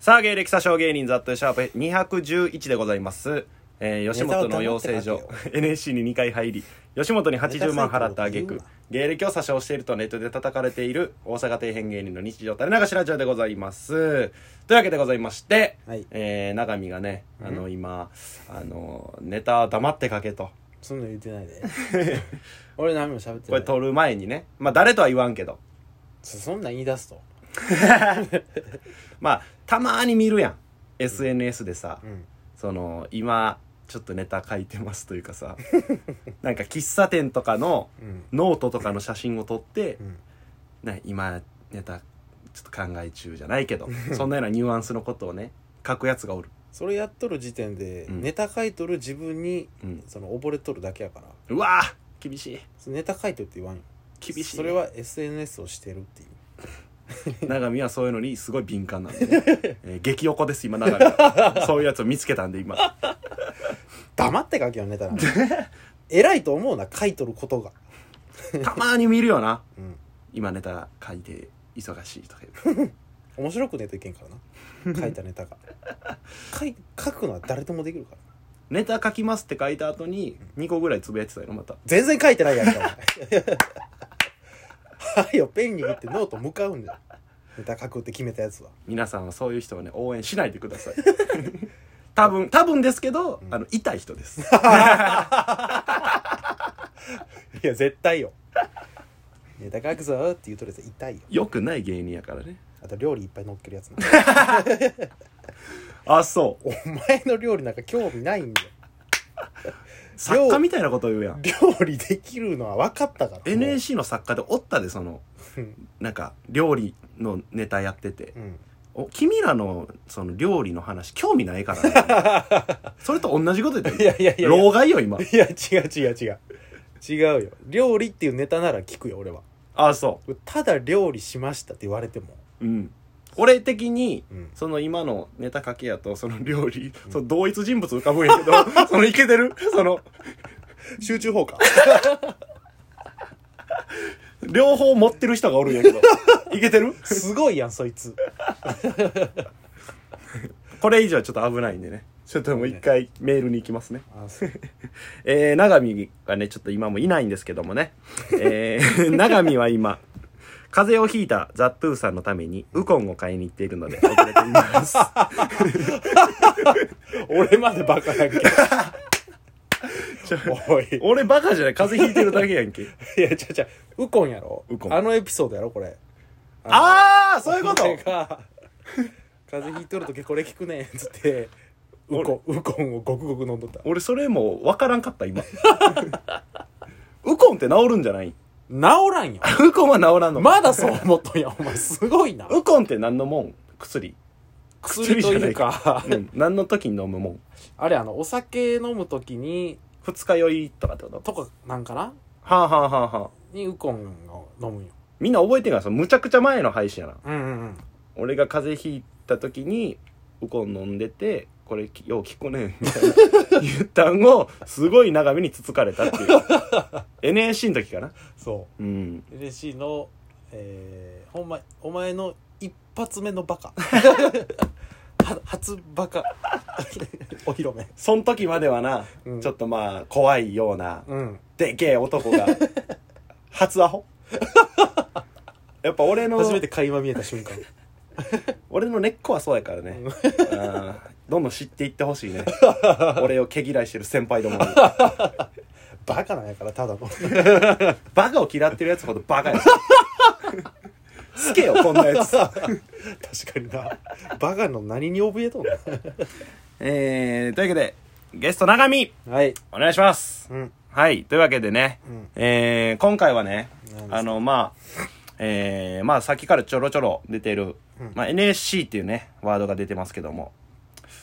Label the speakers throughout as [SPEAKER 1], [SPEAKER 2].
[SPEAKER 1] さあ、芸歴詐称芸人ザットシャープ211でございます。えー、吉本の養成所
[SPEAKER 2] ネタを、
[SPEAKER 1] NSC に2回入り、吉本に80万払った挙
[SPEAKER 2] ネ
[SPEAKER 1] 句
[SPEAKER 2] タサイトを
[SPEAKER 1] 芸歴を詐称しているとネットで叩かれている大阪底辺芸人の日常垂れ流しラジオでございます。というわけでございまして、
[SPEAKER 2] はい
[SPEAKER 1] えー、長見がね、あの、今、あの、ネタ黙ってかけと、
[SPEAKER 2] そんなん言ってないで 俺何も喋って
[SPEAKER 1] こ
[SPEAKER 2] な
[SPEAKER 1] れ
[SPEAKER 2] い
[SPEAKER 1] 撮る前にね、まあ誰とは言わんけど、
[SPEAKER 2] そそんなん言い出すと
[SPEAKER 1] まあ、たまーに見るやん。SNS でさ、
[SPEAKER 2] うん
[SPEAKER 1] その今ちょっとネタ書いてますというかさ なんか喫茶店とかの
[SPEAKER 2] うん
[SPEAKER 1] ノートとかの写真を撮って
[SPEAKER 2] うん
[SPEAKER 1] な今ネタちょっと考え中じゃないけ どそんなようなニュアンスのことをね書くやつがおる
[SPEAKER 2] それやっとる時点で、
[SPEAKER 1] うん
[SPEAKER 2] ネタ書いとる自分に、
[SPEAKER 1] うん
[SPEAKER 2] その溺れとるだけやから
[SPEAKER 1] うわー厳しい
[SPEAKER 2] そのネタ書いとるって言わんよ
[SPEAKER 1] 厳しい
[SPEAKER 2] それは SNS をしてるっていう
[SPEAKER 1] 永見はそういうのにすごい敏感なんで、 ねえー激横です今永見はそういうやつを見つけたんで今
[SPEAKER 2] 黙って 書けよネタなんか偉いと思うな書いとることが
[SPEAKER 1] たまに見るよな
[SPEAKER 2] うん
[SPEAKER 1] 今ネタ書いて忙しいとか言う
[SPEAKER 2] 面白くねえといけんからな書いたネ タが書い書くのは誰ともできるから
[SPEAKER 1] ネタ書きますって書いた後に2個ぐらいつぶやいてたよまた
[SPEAKER 2] 全然書いてないやんかお前 はいよペン握ってノート向かうんだよネタ書くって決めたやつは
[SPEAKER 1] 皆さんはそういう人をね応援しないでください 多分多分ですけど、あの痛い人です
[SPEAKER 2] いや絶対よネタ書くぞーって言うとるやつ痛いよ
[SPEAKER 1] よくない芸人やからね
[SPEAKER 2] あと料理いっぱい乗っけるやつな
[SPEAKER 1] あそう
[SPEAKER 2] お前の料理なんか興味ないんだよ
[SPEAKER 1] 作家みたいなこと言うやん
[SPEAKER 2] 料理できるのは分かったから
[SPEAKER 1] NSC の作家でおったでその
[SPEAKER 2] うん
[SPEAKER 1] なんか料理のネタやってて
[SPEAKER 2] う、ん
[SPEAKER 1] お君らのその料理の話興味ないから、ね、それと同じこと言って
[SPEAKER 2] い
[SPEAKER 1] る
[SPEAKER 2] やいやいや
[SPEAKER 1] 老害よ今
[SPEAKER 2] いや違う違う違う違うよ料理っていうネタなら聞くよ俺は
[SPEAKER 1] あそ
[SPEAKER 2] ただ料理しましたって言われても
[SPEAKER 1] ううん俺的に
[SPEAKER 2] うん
[SPEAKER 1] その今のネタ書けやとその料理、その同一人物浮かぶんや けどそのイケてるその
[SPEAKER 2] 集中 砲火
[SPEAKER 1] 両方持ってる人がおるんやけどいけてる
[SPEAKER 2] すごいやんそいつ
[SPEAKER 1] これ以上はちょっと危ないんでねちょっともう一回メールに行きますね
[SPEAKER 2] あそう
[SPEAKER 1] えー、長見がねちょっと今もいないんですけどもねえー、 長見は今風邪をひいたザ・トゥーさんのためにウコンを買いに行っているので遅れています
[SPEAKER 2] 俺までバカやんけおい
[SPEAKER 1] 俺バカじゃない風邪ひいてるだけやんけ
[SPEAKER 2] いやちゃちゃウコンやろ
[SPEAKER 1] ウコン
[SPEAKER 2] あのエピソードやろこれ
[SPEAKER 1] ああそういうこと
[SPEAKER 2] お前が風邪ひいとる時これ聞くねんっつってウコンウコンをゴクゴク飲んどった
[SPEAKER 1] 俺それも分からんかった今ウコンって治るんじゃない
[SPEAKER 2] 治らんよ
[SPEAKER 1] ウコンは治らんの、
[SPEAKER 2] まだそう思っとんやお前すごいな
[SPEAKER 1] ウコンって何のもん薬
[SPEAKER 2] 薬というか
[SPEAKER 1] うん、何の時に飲むもん
[SPEAKER 2] あれあのお酒飲む時に
[SPEAKER 1] 二日酔いとかってこと
[SPEAKER 2] とかなんかな
[SPEAKER 1] はあ、はあはあはあ、
[SPEAKER 2] にウコンを飲むんよ
[SPEAKER 1] みんな覚えてるからさむちゃくちゃ前の配信やな
[SPEAKER 2] うんうんうん
[SPEAKER 1] 俺が風邪ひいた時にウコン飲んでてこれよう聞こねんみたいな言ったんをすごい長めにつつかれた っていう NSC の時かな
[SPEAKER 2] そ
[SPEAKER 1] うん
[SPEAKER 2] う嬉しいのえー、ほんまお前の一発目のバ カは初バカ お披露目
[SPEAKER 1] その時まではな、
[SPEAKER 2] うん
[SPEAKER 1] ちょっとまあ怖いような
[SPEAKER 2] うん
[SPEAKER 1] でけえ男 が初ア ホやっぱ俺の
[SPEAKER 2] 初めて垣間見えた瞬間
[SPEAKER 1] 俺の根っこはそうやからねうんどんどん知っていってほしい ね俺を毛嫌いしてる先輩ども に
[SPEAKER 2] バカなんやからた だの
[SPEAKER 1] バカを嫌ってるやつほどバカ や好けよこんなやつ
[SPEAKER 2] 確かになバカの何に怯えとんの
[SPEAKER 1] えー、というわけでゲスト長見
[SPEAKER 2] はい
[SPEAKER 1] お願いします
[SPEAKER 2] うん
[SPEAKER 1] はいというわけでね、
[SPEAKER 2] うん
[SPEAKER 1] えー、今回はね
[SPEAKER 2] 何ですか
[SPEAKER 1] あのまあえー、まあさっきからちょろちょろ出てる、
[SPEAKER 2] うん
[SPEAKER 1] まあ、NSC っていうねワードが出てますけども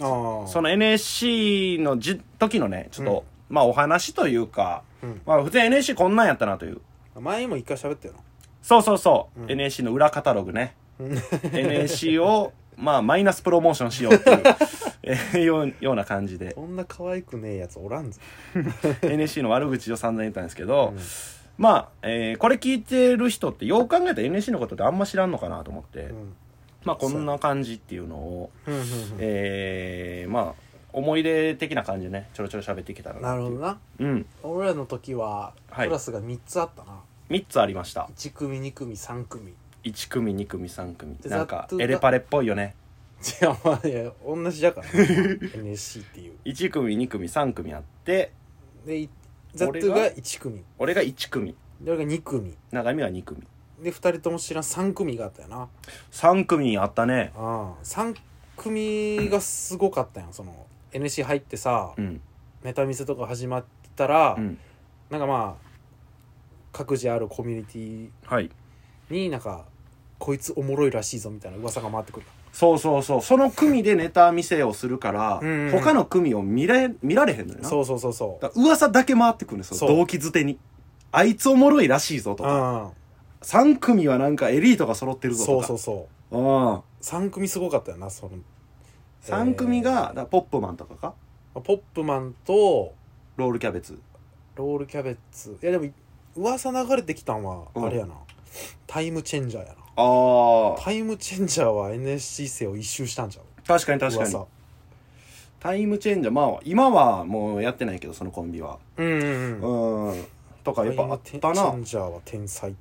[SPEAKER 2] ああ
[SPEAKER 1] その NSC のじ時のねちょっと、まあお話というか、
[SPEAKER 2] うん
[SPEAKER 1] まあ普通 NSC こんなんやったなという
[SPEAKER 2] 前にも一回喋ったよな
[SPEAKER 1] そうそうそう、
[SPEAKER 2] うん
[SPEAKER 1] NSC の裏カタログね NSC を まあマイナスプロモーションしようっていう えーようような感じで
[SPEAKER 2] そんな可愛くねえやつおらんぞ
[SPEAKER 1] NSC の悪口を散々言ったんですけど、まあ、えーこれ聞いてる人ってよう考えたら NSC のことってあんま知らんのかなと思って、
[SPEAKER 2] うん
[SPEAKER 1] まあこんな感じっていうのを、
[SPEAKER 2] うんうん
[SPEAKER 1] えー、まあ思い出的な感じでねちょろちょろ喋っていけた
[SPEAKER 2] う
[SPEAKER 1] ら
[SPEAKER 2] んな
[SPEAKER 1] っ
[SPEAKER 2] る
[SPEAKER 1] てい
[SPEAKER 2] ほど
[SPEAKER 1] う
[SPEAKER 2] な
[SPEAKER 1] うん
[SPEAKER 2] 俺らの時は
[SPEAKER 1] はい
[SPEAKER 2] クラスが3つあったな、
[SPEAKER 1] 3つありました
[SPEAKER 2] 一1組2組3組
[SPEAKER 1] 1組2組3組
[SPEAKER 2] で
[SPEAKER 1] なんか
[SPEAKER 2] ざっとが
[SPEAKER 1] エレパレっぽいよね
[SPEAKER 2] じゃあまあいや同じだからな NSC っていう
[SPEAKER 1] 1組2組3組あって
[SPEAKER 2] でいザッ
[SPEAKER 1] 俺
[SPEAKER 2] ト
[SPEAKER 1] が
[SPEAKER 2] が1組
[SPEAKER 1] 俺が1組
[SPEAKER 2] で俺が2組
[SPEAKER 1] 長見は2組
[SPEAKER 2] で2人とも知らん3組があったよな
[SPEAKER 1] 3組あったね
[SPEAKER 2] ああ3組がすごかったやんその NSC 入ってさ、
[SPEAKER 1] うん
[SPEAKER 2] ネタ見せとか始まったら、
[SPEAKER 1] うん
[SPEAKER 2] なんかまあ各自あるコミュニティ
[SPEAKER 1] はい
[SPEAKER 2] になんかこいつおもろいらしいぞみたいな噂が回ってくる
[SPEAKER 1] そうそうそうその組でネタ見せをするから
[SPEAKER 2] うんうん
[SPEAKER 1] 他の組を見れ見られへんのよな
[SPEAKER 2] そうそうそうそ
[SPEAKER 1] だから噂だけ回ってくるんですよ
[SPEAKER 2] そう
[SPEAKER 1] 動機づてにあいつおもろいらしいぞ
[SPEAKER 2] う
[SPEAKER 1] とか
[SPEAKER 2] あ
[SPEAKER 1] 3組はなんかエリートが揃って
[SPEAKER 2] あ
[SPEAKER 1] るぞと
[SPEAKER 2] そう
[SPEAKER 1] か
[SPEAKER 2] そうそう
[SPEAKER 1] うん
[SPEAKER 2] 3組すごかったよなその
[SPEAKER 1] 3組が、だ
[SPEAKER 2] えー
[SPEAKER 1] からポップマンとかか
[SPEAKER 2] ポップマンと
[SPEAKER 1] ロールキャベツ
[SPEAKER 2] ロールキャベツいやでも噂流れてきたんは
[SPEAKER 1] うん
[SPEAKER 2] あれやな、タイムチェンジャーやな
[SPEAKER 1] あ
[SPEAKER 2] タイムチェンジャーは NSC 生を一周したんじゃう
[SPEAKER 1] 確かに確かに
[SPEAKER 2] 噂
[SPEAKER 1] タイムチェンジャーまあ今はもうやってないけどそのコンビは
[SPEAKER 2] うんう
[SPEAKER 1] うん、
[SPEAKER 2] うん
[SPEAKER 1] とかやっぱあった
[SPEAKER 2] タイ
[SPEAKER 1] な
[SPEAKER 2] ムチェンジャーは天才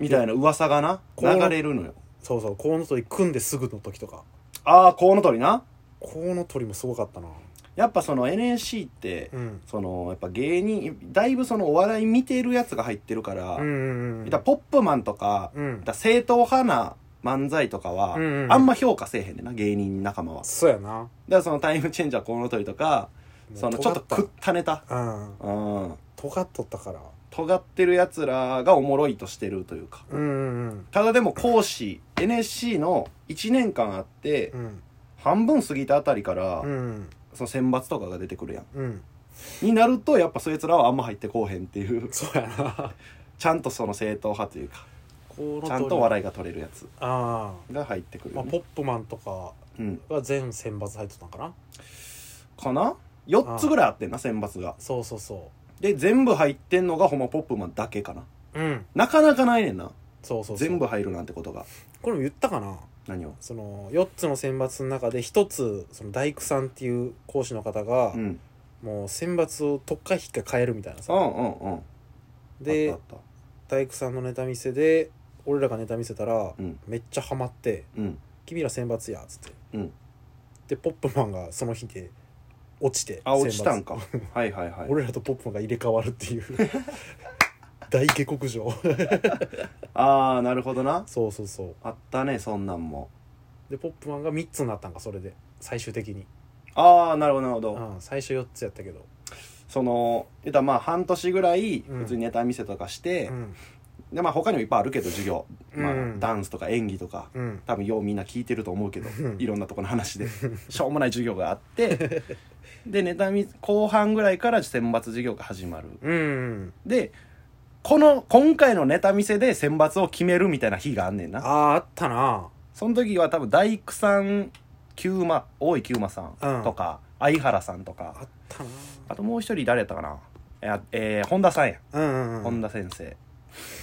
[SPEAKER 1] みたいな噂がな
[SPEAKER 2] こう
[SPEAKER 1] 流れるのよ
[SPEAKER 2] そうそうコウノトリ組んですぐの時とか
[SPEAKER 1] ああコウノトリな
[SPEAKER 2] コウノトリもすごかったな
[SPEAKER 1] やっぱその NSC って、
[SPEAKER 2] うん
[SPEAKER 1] そのやっぱ芸人だいぶそのお笑い見てるやつが入ってるから、
[SPEAKER 2] うんうんうん
[SPEAKER 1] だからポップマンとか、
[SPEAKER 2] うん
[SPEAKER 1] だから正統派な漫才とかは、
[SPEAKER 2] うんうんうん
[SPEAKER 1] あんま評価せえへんねんな芸人仲間はだか
[SPEAKER 2] そうやな
[SPEAKER 1] らそのタイムチェンジャーコウノトリとかそのちょっと
[SPEAKER 2] く
[SPEAKER 1] 食ったネタ
[SPEAKER 2] うん
[SPEAKER 1] うん
[SPEAKER 2] 尖っとったから
[SPEAKER 1] 尖ってるやつらがおもろいとしてるというか
[SPEAKER 2] うんうん
[SPEAKER 1] ただでも講師 NSC の1年間あって、
[SPEAKER 2] うん
[SPEAKER 1] 半分過ぎたあたりから、
[SPEAKER 2] うん
[SPEAKER 1] その選抜とかが出てくるやん
[SPEAKER 2] うん
[SPEAKER 1] になるとやっぱそいつらはあんま入ってこうへんっていう
[SPEAKER 2] そうやな
[SPEAKER 1] ちゃんとその正統派というか
[SPEAKER 2] コウノトリ
[SPEAKER 1] ちゃんと笑いが取れるやつ
[SPEAKER 2] あ
[SPEAKER 1] が入ってく
[SPEAKER 2] あ
[SPEAKER 1] る
[SPEAKER 2] ま
[SPEAKER 1] よ
[SPEAKER 2] あ
[SPEAKER 1] ね、
[SPEAKER 2] ポップマンとか
[SPEAKER 1] うん、
[SPEAKER 2] は全選抜入ってたんかな
[SPEAKER 1] かな4つぐらいあってんな選抜が
[SPEAKER 2] そうそうそ
[SPEAKER 1] で全部入ってんのがほんまポップマンだけかな
[SPEAKER 2] ううん
[SPEAKER 1] なかなかないねんな
[SPEAKER 2] そうそうそう
[SPEAKER 1] 全部入るなんてことが
[SPEAKER 2] これも言ったかな
[SPEAKER 1] 何を
[SPEAKER 2] その4つの選抜の中で1つその大工さんっていう講師の方が、
[SPEAKER 1] うん
[SPEAKER 2] もう選抜を特化引っか変えるみたいな
[SPEAKER 1] う
[SPEAKER 2] さ、
[SPEAKER 1] んうんうんあ
[SPEAKER 2] で
[SPEAKER 1] ったあっ
[SPEAKER 2] 大工さんのネタ見せで俺らがネタ見せたら、
[SPEAKER 1] うん
[SPEAKER 2] めっちゃハマって
[SPEAKER 1] たうん
[SPEAKER 2] 「君ら選抜や」っつって、
[SPEAKER 1] うん
[SPEAKER 2] でポップマンがその日で落ちて
[SPEAKER 1] あ落ちたん
[SPEAKER 2] か、
[SPEAKER 1] かはいはいはい
[SPEAKER 2] 俺らとポップマンが入れ替わるっていう 大下克上
[SPEAKER 1] ああなるほどな
[SPEAKER 2] そうそうそう
[SPEAKER 1] あったねそんなんも
[SPEAKER 2] でポップマンが3つになったんかそれで最終的に、
[SPEAKER 1] ああなるほどなるほど、
[SPEAKER 2] うん、最初4つやったけど、
[SPEAKER 1] その言ったらまあ半年ぐらい
[SPEAKER 2] うん
[SPEAKER 1] 普通にネタ見せとかして
[SPEAKER 2] う、ん
[SPEAKER 1] でまあ他にもいっぱいあるけど授業、まあ
[SPEAKER 2] うん
[SPEAKER 1] ダンスとか演技とか
[SPEAKER 2] うん
[SPEAKER 1] 多分ようみんな聞いてると思うけど
[SPEAKER 2] うん
[SPEAKER 1] いろんなとこの話でしょうもない授業があってでネタ見後半ぐらいから選抜授業が始まる
[SPEAKER 2] うん
[SPEAKER 1] でこの今回のネタ見せで選抜を決めるみたいな日があんねん
[SPEAKER 2] あ
[SPEAKER 1] な
[SPEAKER 2] ああったな
[SPEAKER 1] その時は多分大工さん九馬大井九馬さん
[SPEAKER 2] うん
[SPEAKER 1] とか、相原さんとか
[SPEAKER 2] あったな
[SPEAKER 1] あともう一人誰やったかなえーえー本田さんや、
[SPEAKER 2] うんうんうん
[SPEAKER 1] 本田先生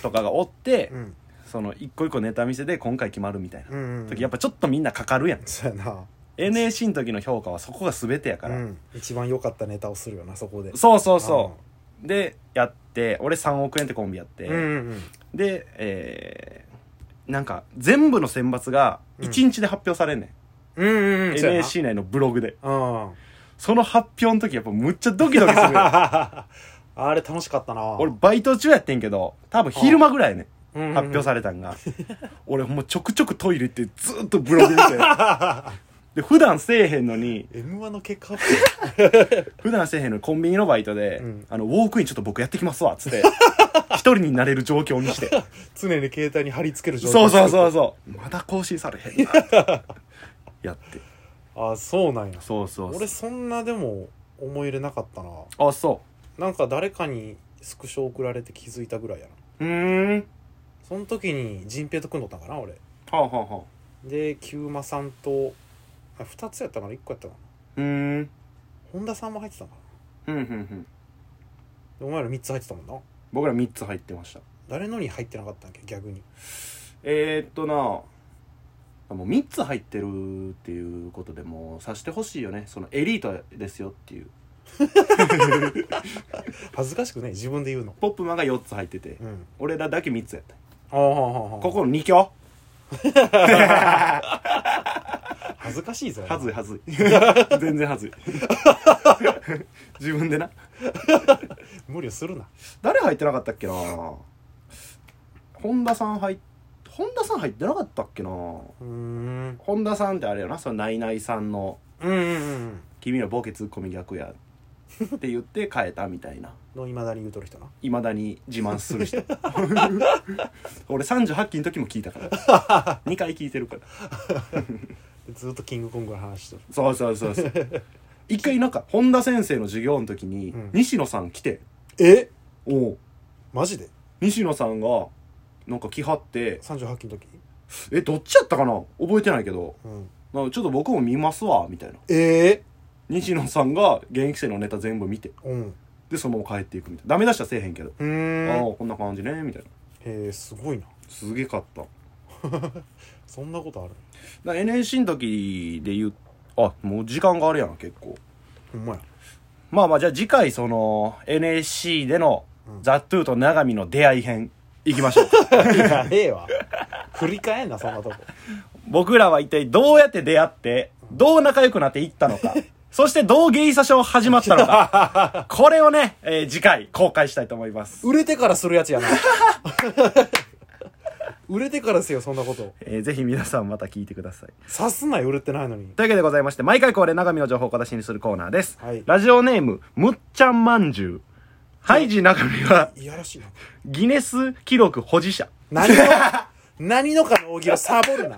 [SPEAKER 1] とかがおって、
[SPEAKER 2] うん
[SPEAKER 1] その一個一個ネタ見せで今回決まるみたいな、
[SPEAKER 2] うんうん
[SPEAKER 1] 時やっぱちょっとみんなかかるやん
[SPEAKER 2] そうやな
[SPEAKER 1] NAC の時の評価はそこが全てやから、
[SPEAKER 2] うん、一番良かったネタをするよなそこで
[SPEAKER 1] そうそうそうでやって俺3億円ってコンビやって、
[SPEAKER 2] うんうんうん
[SPEAKER 1] でえーなんか全部の選抜が1日で発表されんね
[SPEAKER 2] うんうん
[SPEAKER 1] ん、
[SPEAKER 2] うんそうやな
[SPEAKER 1] NAC 内のブログで
[SPEAKER 2] うん
[SPEAKER 1] その発表の時やっぱむっちゃドキドキす る
[SPEAKER 2] あれ楽しかったな
[SPEAKER 1] 俺バイト中やってんけど多分昼間ぐらいやねん
[SPEAKER 2] 発
[SPEAKER 1] 発表されたんが、 俺もうちょくちょくトイレ行ってずーっとブログ見てで普段せえへんのに
[SPEAKER 2] M1 の結果発表
[SPEAKER 1] 普段せえへんのにコンビニのバイトで、
[SPEAKER 2] うん
[SPEAKER 1] あのウォークインちょっと僕やってきますわっつって一人になれる状況にして
[SPEAKER 2] 常に携帯に貼り付ける状況
[SPEAKER 1] そうそうそうそうまだ更新されへんなってやって
[SPEAKER 2] あそうなんや
[SPEAKER 1] そうそうそ
[SPEAKER 2] 俺
[SPEAKER 1] う
[SPEAKER 2] そんなでも思い入れなかったな
[SPEAKER 1] あそ
[SPEAKER 2] なんか誰かにスクショ送られて気づいたぐらいやな
[SPEAKER 1] ううーん
[SPEAKER 2] その時に陣平と組んどったんかな俺
[SPEAKER 1] はあはあはあ
[SPEAKER 2] で九馬さんとあ2つやったかな1個やったかな
[SPEAKER 1] うーん
[SPEAKER 2] 本田さんも入ってたんかな
[SPEAKER 1] ふんふんふん
[SPEAKER 2] でお前ら3つ入ってたもんな
[SPEAKER 1] 僕ら3つ入ってました
[SPEAKER 2] 誰のに入ってなかったんやっけ逆に
[SPEAKER 1] えー、っとなもう3つ入ってるっていうことでもうさしてほしいよねそのエリートですよっていう
[SPEAKER 2] 恥ずかしくない自分で言うの
[SPEAKER 1] ポップマンが4つ入ってて
[SPEAKER 2] うん
[SPEAKER 1] 俺らだけ3つやった
[SPEAKER 2] ああ
[SPEAKER 1] ここの2強
[SPEAKER 2] 恥ずかしいぞ
[SPEAKER 1] はずいはずい 全然は ずい自分でな
[SPEAKER 2] 無理をするな
[SPEAKER 1] 誰入ってなかったっけな本田さん入っ本田さん入ってなかったっけな
[SPEAKER 2] うーん
[SPEAKER 1] 本田さんってあれよなそのナイナイさんの
[SPEAKER 2] うんうんうん
[SPEAKER 1] 「君のボケツッコミ逆や」って言って変えたみたいな
[SPEAKER 2] のいまだに言うとる人ない
[SPEAKER 1] まだに自慢する 人俺38期の時も聞いたから2 回聞いてるから
[SPEAKER 2] ずっとキングコングの話しとる
[SPEAKER 1] そうそうそう そう一回なんか本田先生の授業の時に、
[SPEAKER 2] うん
[SPEAKER 1] 西野さん来て
[SPEAKER 2] え
[SPEAKER 1] おう
[SPEAKER 2] マジで
[SPEAKER 1] 西野さんがなんか来はって
[SPEAKER 2] 38期の時
[SPEAKER 1] えどっちやったかな覚えてないけど
[SPEAKER 2] うん
[SPEAKER 1] なんかちょっと僕も見ますわみたいな
[SPEAKER 2] ええ
[SPEAKER 1] 西野さんが現役生のネタ全部見て
[SPEAKER 2] うん
[SPEAKER 1] でそのまま帰っていくみたいなダメ出しはせえへんけど、
[SPEAKER 2] う
[SPEAKER 1] ああ
[SPEAKER 2] んへ
[SPEAKER 1] こんな感じねみたいな
[SPEAKER 2] えすごいな
[SPEAKER 1] すげかっただか
[SPEAKER 2] そんなことある
[SPEAKER 1] ら NSC の時で言うあもう時間があるやん結構
[SPEAKER 2] ほんまや
[SPEAKER 1] まあまあじゃあ次回その NSC での
[SPEAKER 2] うん
[SPEAKER 1] ザ・トゥーと永見の出会い編いきましょう
[SPEAKER 2] いやええわ振り返んなそんなとこ
[SPEAKER 1] 僕らは一体どうやって出会ってどう仲良くなっていったの かそしてどうゲイサション始まったのかこれをね、えー次回公開したいと思います、
[SPEAKER 2] 売れてからするやつやな 売れてからせよそんなこと
[SPEAKER 1] えーぜひ皆さんまた聞いてください
[SPEAKER 2] さすなよ売れてないのに
[SPEAKER 1] というわけでございまして毎回恒例永見の情報を小出しにするコーナーです、
[SPEAKER 2] はい
[SPEAKER 1] ラジオネームむっちゃんまんじゅうハイジ永見はい
[SPEAKER 2] やらしいな
[SPEAKER 1] ギネス記録保持者
[SPEAKER 2] 何の何のかの大喜利をサボるな